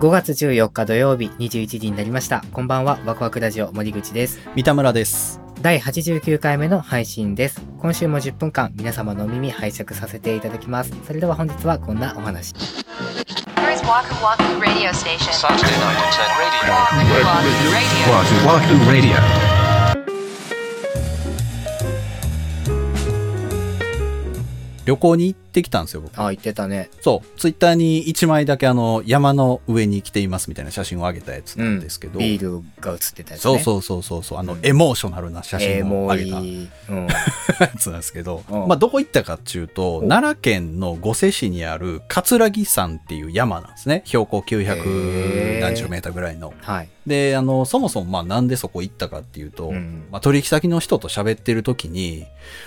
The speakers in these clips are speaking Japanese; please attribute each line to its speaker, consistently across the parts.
Speaker 1: 5月14日土曜日21時になりました。こんばんは、ワクワクラジオ森口です。
Speaker 2: 三田村です。
Speaker 1: 第89回目の配信です。今週も10分間皆様のお耳拝借させていただきます。それでは本日はこんなお話。
Speaker 3: Here is Waku Waku Radio Station.
Speaker 4: Saturday night at radio.
Speaker 3: Waku Waku Radio.
Speaker 4: Waku Waku Radio.
Speaker 2: 旅行に行ってきたんですよ、僕。
Speaker 1: ああ、言ってたね。
Speaker 2: そう。ツイッターに1枚だけあの、山の上に来ていますみたいな写真を上げたやつなんですけど。
Speaker 1: ビールが映ってたやつね。
Speaker 2: そう
Speaker 1: う。
Speaker 2: そうそうそうそう。あの、エモーショナルな写
Speaker 1: えー、
Speaker 2: 真
Speaker 1: も
Speaker 2: を
Speaker 1: う
Speaker 2: 上
Speaker 1: い
Speaker 2: げたや
Speaker 1: い。うん。
Speaker 2: つなんですけど、
Speaker 1: うん
Speaker 2: まあ、どこ行ったかっていうと、
Speaker 1: お
Speaker 2: 奈良県の五瀬市にある葛城山っていう山なんですね。標高
Speaker 1: へー
Speaker 2: 900何十メーターぐらいの。
Speaker 1: はい。
Speaker 2: で、あの、そもそもまあなんでそこ行ったかっていうと、
Speaker 1: うん
Speaker 2: まあ、取引先の人と喋ってる時に、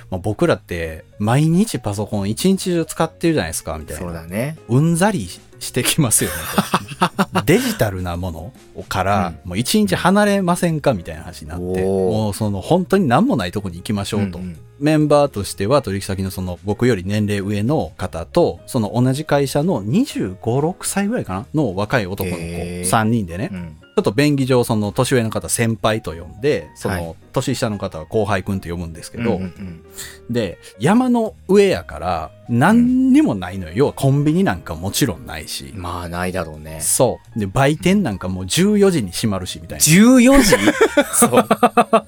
Speaker 2: まあ、僕らって毎日パソコン一日中使ってるじゃないですか、みたいな。
Speaker 1: そうだね。
Speaker 2: うんざりしてきますよ ねと。デジタルなものから、もう一日離れませんかみたいな話になって、
Speaker 1: おー
Speaker 2: もうその本当に何もないとこに行きましょうと。
Speaker 1: うんうん
Speaker 2: メンバーとしては取引先のその僕より年齢上の方と、その同じ会社の25、6歳ぐらいかなの若い男の子
Speaker 1: へー
Speaker 2: 3人でね、
Speaker 1: うん。
Speaker 2: ちょっと便宜上、その年上の方先輩と呼んで、そ
Speaker 1: はい
Speaker 2: の年下の方は後輩くんと呼ぶんですけど、
Speaker 1: うんうん
Speaker 2: で、山の上やから何にもないのよ。要はコンビニなんかもちろんないし
Speaker 1: うん、まあ、ないだろうね。
Speaker 2: そう。で、売店なんかもう14時に閉まるし、みたいな。
Speaker 1: 14時そう。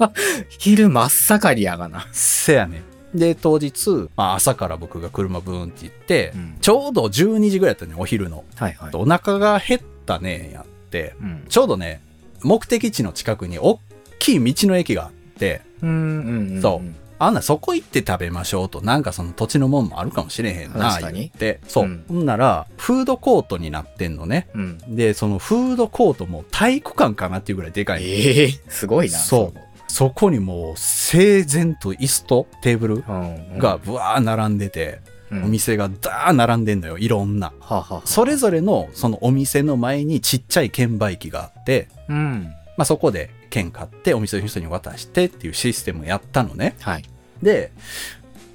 Speaker 1: 昼真っ盛りやがな。
Speaker 2: せやねんで、当日、まあ、朝から僕が車ブーンって行って、
Speaker 1: うん
Speaker 2: ちょうど12時ぐらいだったね、お昼の。
Speaker 1: はいはい。
Speaker 2: お腹が減ったね、やって、
Speaker 1: うん。
Speaker 2: ちょうどね、目的地の近くに大きい道の駅があって、
Speaker 1: うんうんうん。
Speaker 2: そ
Speaker 1: うん。
Speaker 2: あんなそこ行って食べましょうと、なんかその土地のもんもあるかもしれへんな、
Speaker 1: 確かに
Speaker 2: 言って。そう。
Speaker 1: うん
Speaker 2: ほんなら、フードコートになってんのね。
Speaker 1: うん。
Speaker 2: で、そのフードコートも体育館かなっていうぐらいでかい。
Speaker 1: ええすごいな。
Speaker 2: そう。そこにもう、整然と椅子とテーブル
Speaker 1: う。うん、
Speaker 2: がぶわー並んでて、
Speaker 1: うん、
Speaker 2: お店がダー並んでんのよ、いろんな。
Speaker 1: はあはあはあ
Speaker 2: それぞれのそのお店の前にちっちゃい券売機があって、
Speaker 1: うん。
Speaker 2: まあ、そこで券買ってお店の人に渡してっていうシステムをやったのね。
Speaker 1: はい。
Speaker 2: で、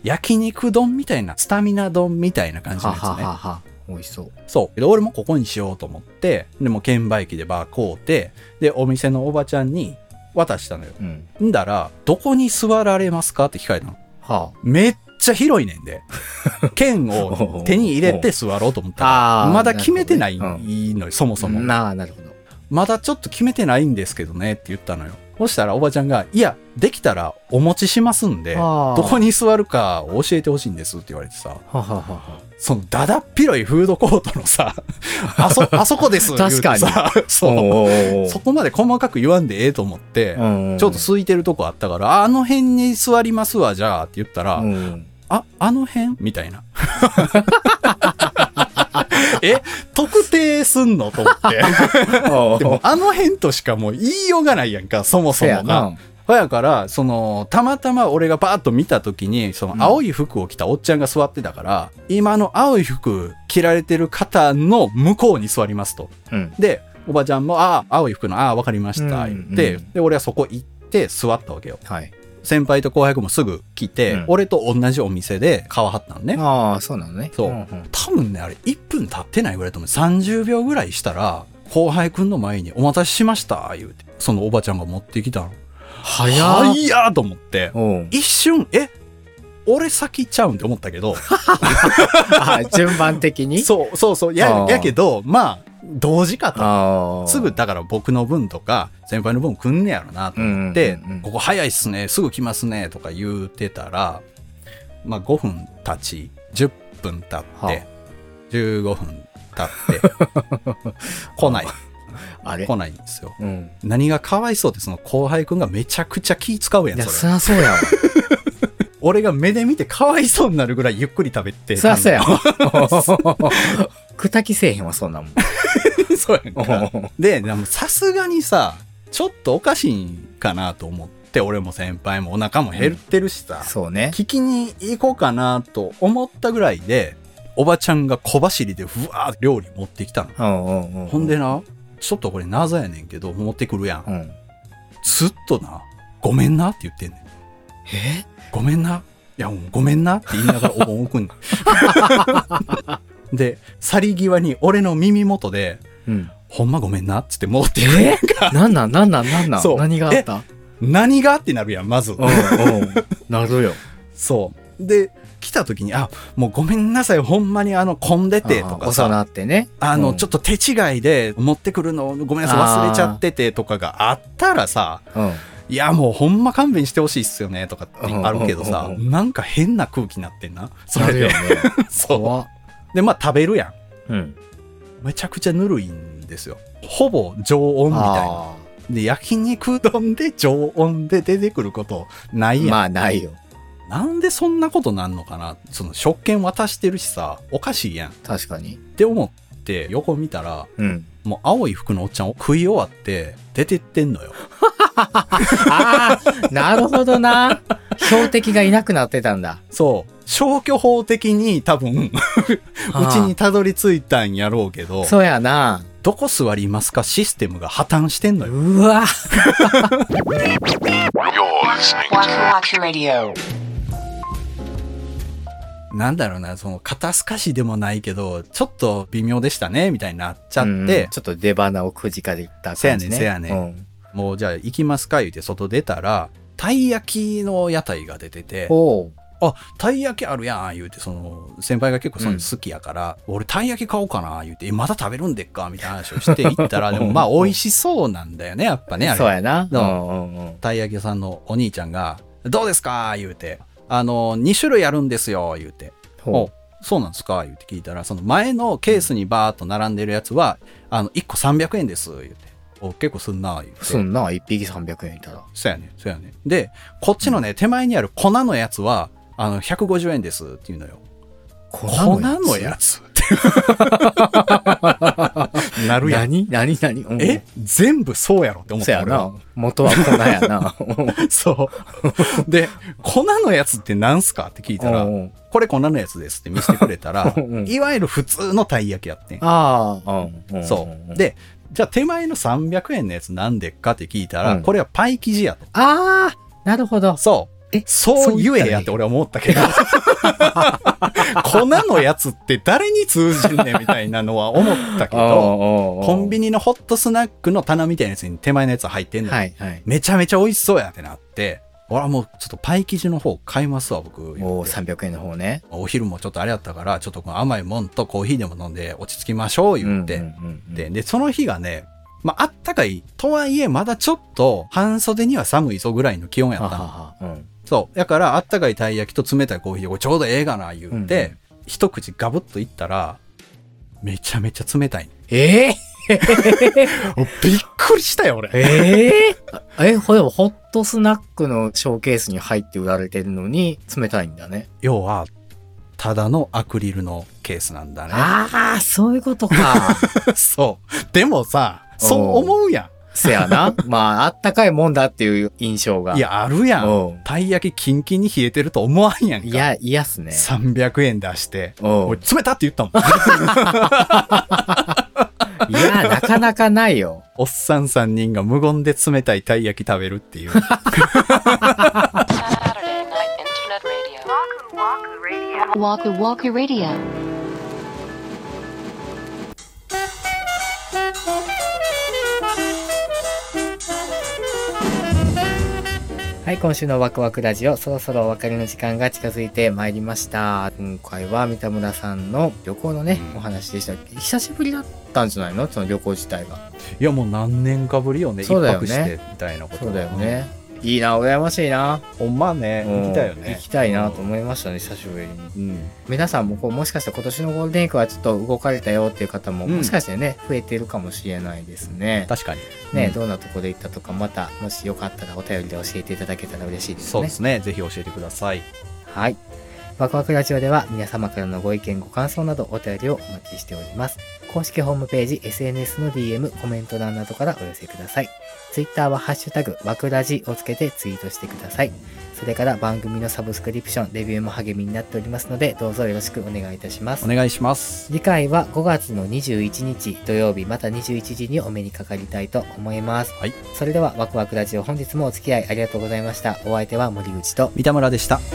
Speaker 2: 焼肉丼みたいな、スタミナ丼みたいな感じの
Speaker 1: は
Speaker 2: やつね。
Speaker 1: ははは。美味しそう。
Speaker 2: そう。で、俺もここにしようと思って、でも券売機でバー買うて、で、お店のおばちゃんに渡したのよ。
Speaker 1: うん。
Speaker 2: んだら、どこに座られますかって聞かれたの。
Speaker 1: は
Speaker 2: めっちゃ広いね んで。券を手に入れて座ろうと思った
Speaker 1: あ
Speaker 2: ら
Speaker 1: ー、
Speaker 2: まだ決めてない
Speaker 1: なるほ
Speaker 2: の
Speaker 1: ど
Speaker 2: よ、そも
Speaker 1: あ。
Speaker 2: そも。
Speaker 1: なあ、なるほど。
Speaker 2: まだちょっと決めてないんですけどねって言ったのよ。そしたらおばちゃんが、いや、できたらお持ちしますんで、
Speaker 1: あー
Speaker 2: どこに座るかを教えてほしいんですって言われてさ、
Speaker 1: はははは。
Speaker 2: そのだだっ広いフードコートのさ、あそ、あそこ です言うて
Speaker 1: 確
Speaker 2: さ、そう。
Speaker 1: お
Speaker 2: そこまで細かく言わんでええと思って、
Speaker 1: うん
Speaker 2: ちょっと空いてるとこあったから、ああの辺に座りますわ、じゃあって言ったら、
Speaker 1: うん。
Speaker 2: あ、あの辺みたいな。 え、特定すんのと思って。 でも、あの辺としかもう言いようがないやんか、そもそ
Speaker 1: そう
Speaker 2: も
Speaker 1: や
Speaker 2: が。
Speaker 1: な。
Speaker 2: ほやから、その、たまたま俺がバーッと見た時に、その青い服を着たおっちゃんが座ってたから、今の青い服着られてる方の向こうに座りますと。
Speaker 1: うん。
Speaker 2: で、おばちゃんも、ああ、青い服の、ああ、わかりました、
Speaker 1: うん
Speaker 2: 言って、
Speaker 1: うん
Speaker 2: で、俺はそこ行って座ったわけよ。
Speaker 1: はい。
Speaker 2: 先輩と後輩もすぐ来て、
Speaker 1: うん
Speaker 2: 俺と同じお店で顔張ったのね。
Speaker 1: ああ、そうなのね。
Speaker 2: そうん
Speaker 1: ん
Speaker 2: 多分ね、あれ1分経ってないぐらいだと思う。30秒ぐらいしたら、後輩くんの前にお待たせしました、言うて。そのおばちゃんが持ってきたの。
Speaker 1: 早っ
Speaker 2: はいやーと思って。
Speaker 1: うん。
Speaker 2: 一瞬、え俺先ちゃうんって思ったけ ど、
Speaker 1: あ順番的 に
Speaker 2: そうそうそう、
Speaker 1: あ
Speaker 2: や、
Speaker 1: ー
Speaker 2: やけど、まあ、同時かと。
Speaker 1: ああ。
Speaker 2: すぐ、だから僕の分とか、先輩の分くんねやろなと思って、
Speaker 1: うんうんうん
Speaker 2: ここ早いっすね、すぐ来ますね、とか言うてたら、まあ5分経ち、10分経っ
Speaker 1: はあ
Speaker 2: て、15分経って、 来ない。
Speaker 1: あれ
Speaker 2: 来ないんですよ。
Speaker 1: うん。
Speaker 2: 何がかわいそうって、その後輩くんがめちゃくちゃ気使うや
Speaker 1: い
Speaker 2: ん、
Speaker 1: や、
Speaker 2: そ
Speaker 1: そ
Speaker 2: れ。
Speaker 1: りゃそうやわ。
Speaker 2: 俺が目で見てかわいそうになるぐらいゆっくり食べて。
Speaker 1: そりゃそうやわ。 くたきせえへんわ、そん なもん。
Speaker 2: そうやんか。で、でもさすがにさ、ちょっとおかしいんかなと思って、俺も先輩もお腹も減ってるしさ、
Speaker 1: そうね。
Speaker 2: 聞きに行こうかなと思ったぐらいで、おばちゃんが小走りでふわーって料理持ってきたの。
Speaker 1: うんうんうん。
Speaker 2: ほんでな、ちょっとこれ謎やねんけど、持ってくるやん
Speaker 1: う。ん。
Speaker 2: ずっとな、ごめんなって言ってんねん。
Speaker 1: え
Speaker 2: ごめんな。いや、もうごめんなって言いながらお盆置く んで、去り際に俺の耳元で、
Speaker 1: うん。
Speaker 2: ほんまごめんなっつって戻って
Speaker 1: えなんなんなんなんなんなん
Speaker 2: そう
Speaker 1: 何があった
Speaker 2: 何がってなるやんまず、
Speaker 1: うんうん。なるよ。
Speaker 2: そうで来た時に「あもうごめんなさいほんまにあの混んでて」と
Speaker 1: あ
Speaker 2: か
Speaker 1: あ幼
Speaker 2: さ
Speaker 1: なってね。
Speaker 2: あの、ちょ
Speaker 1: っ
Speaker 2: っと手違いで持ってくるのごめんなさい忘れちゃっててとかがあったらさ
Speaker 1: と。うん。
Speaker 2: いやもうほんま勘弁してほしいっすよねとかってあるけど
Speaker 1: うん
Speaker 2: さ
Speaker 1: うんうんう
Speaker 2: なんか変な空気になってんなそ
Speaker 1: な
Speaker 2: れ
Speaker 1: るよ
Speaker 2: で
Speaker 1: ね。
Speaker 2: そ
Speaker 1: 怖っ
Speaker 2: うでまあ食べるや
Speaker 1: うん。
Speaker 2: んめちゃくちゃぬるいんですよほぼ常温みたいな
Speaker 1: あ
Speaker 2: で焼肉丼で常温で出てくることな
Speaker 1: ー
Speaker 2: いやん、
Speaker 1: まあ、ないよ。
Speaker 2: なんでそんなことなんのかなその食券渡してるしさおかしいやんっ
Speaker 1: 確かに。
Speaker 2: て思って横見たら
Speaker 1: うん。
Speaker 2: もう青い服のおっちゃんを食い終わって出てってんのよ
Speaker 1: ああ、なるほどな。標的がいなくなってたんだ。
Speaker 2: そう消去法的に多 分うちにたどり着いたんやろうけど
Speaker 1: そうやな。
Speaker 2: どこ座りますかシステムが破綻してんのよ
Speaker 1: うわ。
Speaker 4: You're listening
Speaker 3: Waku
Speaker 4: to
Speaker 3: Waku Radio.
Speaker 2: なんだろうなその肩透かしでもないけどちょっと微妙でしたねみたいになっちゃって、
Speaker 1: うんちょっと出花をくじかれた感じね。
Speaker 2: せやねんせやね
Speaker 1: ん。
Speaker 2: もうじゃあ行きますか言うて外出たら、たい焼きの屋台が出てて、
Speaker 1: ほ
Speaker 2: あ、たい焼きあるやん言うて、その、先輩が結構そういうの好きやから、俺たい焼き買おうかな言うて、えまだ食べるんでっかみたいな話をして行ったら、でもま あ美味しそうなんだよね、やっぱ
Speaker 1: う。
Speaker 2: ね、あ
Speaker 1: そう
Speaker 2: れ。
Speaker 1: やな。
Speaker 2: どう
Speaker 1: うんうんうん。
Speaker 2: たい焼き屋さんのお兄ちゃんが、どうですか言うて、あの、2種類あるんですよ言うて。お
Speaker 1: ほ
Speaker 2: そうなんですか言うて聞いたら、その前のケースにバーっと並んでるやつは、あの、1個300円です言うて。お、結構すんな言うて。
Speaker 1: う。すんな、一匹300円いたら。
Speaker 2: そうやね、そうやね。で、こっちのね、手前にある粉のやつは、あの、150円ですっていうのよ。
Speaker 1: 粉
Speaker 2: 粉のやつって。なるやん。
Speaker 1: 何何何うん
Speaker 2: え全部そうやろって思っ
Speaker 1: そうや
Speaker 2: た俺は
Speaker 1: な。元は粉や な。
Speaker 2: そう。で、粉のやつってなんすかって聞いたら
Speaker 1: うんうん、
Speaker 2: これ粉のやつですって見せてくれたら
Speaker 1: うんう、ん
Speaker 2: いわゆる普通のたい焼きやってん。
Speaker 1: ああ、うんうん。
Speaker 2: そう。、で、じゃあ手前の300円のやつなんでっかって聞いたら、
Speaker 1: うん
Speaker 2: これはパイ生地やと。
Speaker 1: ああ、なるほど。
Speaker 2: そう。
Speaker 1: え、
Speaker 2: そう言えやって俺は思ったけど。 粉のやつって誰に通じんねんみたいなのは思ったけど、コ
Speaker 1: コ
Speaker 2: ンビニのホットスナックの棚みたいなやつに手前のやつ入ってんのよ、
Speaker 1: はいはい。
Speaker 2: めちゃめちゃ美味しそうやってなって、俺はもうちょっとパイ生地の方買いますわ、僕。
Speaker 1: おお、300円の方ね。
Speaker 2: お昼もちょっとあれやったから、ちょっとこの甘いもんとコーヒーでも飲んで落ち着きましょう言って。
Speaker 1: うんうんうん
Speaker 2: で、で、その日がね、まあ、あったかい。とはいえ、まだちょっと、半袖には寒いぞぐらいの気温やっ
Speaker 1: は
Speaker 2: た
Speaker 1: は
Speaker 2: の。
Speaker 1: はうん
Speaker 2: そう。だから、あったかいたい焼きと冷たいコーヒーをちょうどええがな、言うて、一口ガブッといったら、めちゃめちゃ冷たい。
Speaker 1: え
Speaker 2: びっくりしたよ、
Speaker 1: ー、
Speaker 2: 俺。
Speaker 1: えー、 あえ、これホットスナックのショーケースに入って売られてるのに冷たいんだね。
Speaker 2: 要は、ただのアクリルのケースなんだね。
Speaker 1: ああ、そういうことか。
Speaker 2: そう。でもさ、そう
Speaker 1: おう
Speaker 2: 思うや
Speaker 1: せやな。まあ、あったかいもんだっていう印象が。
Speaker 2: ん。い、や、あるやん。
Speaker 1: おう
Speaker 2: たい焼きキンキンに冷えてると思わんやんか。
Speaker 1: いや、嫌っすね。
Speaker 2: 300円出して。
Speaker 1: お
Speaker 2: 俺、
Speaker 1: う
Speaker 2: 冷たって 言ったもん。
Speaker 1: いや、なかなかないよ。
Speaker 2: おっさん3人が無言で冷たいたい焼き食べるっ ていう。
Speaker 3: Saturday Night Internet Radio. Waku Waku Radio. Waku Waku Radio.
Speaker 1: はい、今週のワクワクラジオ、そろそろお別れの時間が近づいてまいりました。今回は三田村さんの旅行のね、
Speaker 2: うん
Speaker 1: お話でした。久しぶりだったんじゃないのその旅行自体が。
Speaker 2: いやもう何年かぶりよね
Speaker 1: そうだよね
Speaker 2: 一泊してみたいなこと
Speaker 1: そうだよね。いいな、羨ましいな。
Speaker 2: ほんまね
Speaker 1: うん
Speaker 2: 行きたいよね
Speaker 1: 行きたいなと思いましたね、久しぶりに。
Speaker 2: うん
Speaker 1: 皆さんもこう、もしかしたら今年のゴールデンウィークはちょっと動かれたよっていう方も、
Speaker 2: うん
Speaker 1: もしかしてね、増えてるかもしれないですね。
Speaker 2: 確かに
Speaker 1: ね、
Speaker 2: うん
Speaker 1: どんなとこで行ったとか、また、もしよかったらお便りで教えていただけたら嬉しいです
Speaker 2: そう
Speaker 1: ね
Speaker 2: で。すねぜひ教えてください
Speaker 1: はい。ワクワクラジオでは皆様からのご意見、ご感想などお便りをお待ちしております。公式ホームページ、SNS の DM、コメント欄などからお寄せください。Twitter はハッシュタグ、ワクラジをつけてツイートしてください。それから番組のサブスクリプション、レビューも励みになっておりますので、どうぞよろしくお願いいたします
Speaker 2: お。願いします
Speaker 1: 次回は5月の21日土曜日また21時にお目にかかりたいと思います。
Speaker 2: はい
Speaker 1: それではワクワクラジオ本日もお付き合いありがとうございました。お相手は森口と
Speaker 2: 三田村でした
Speaker 3: 「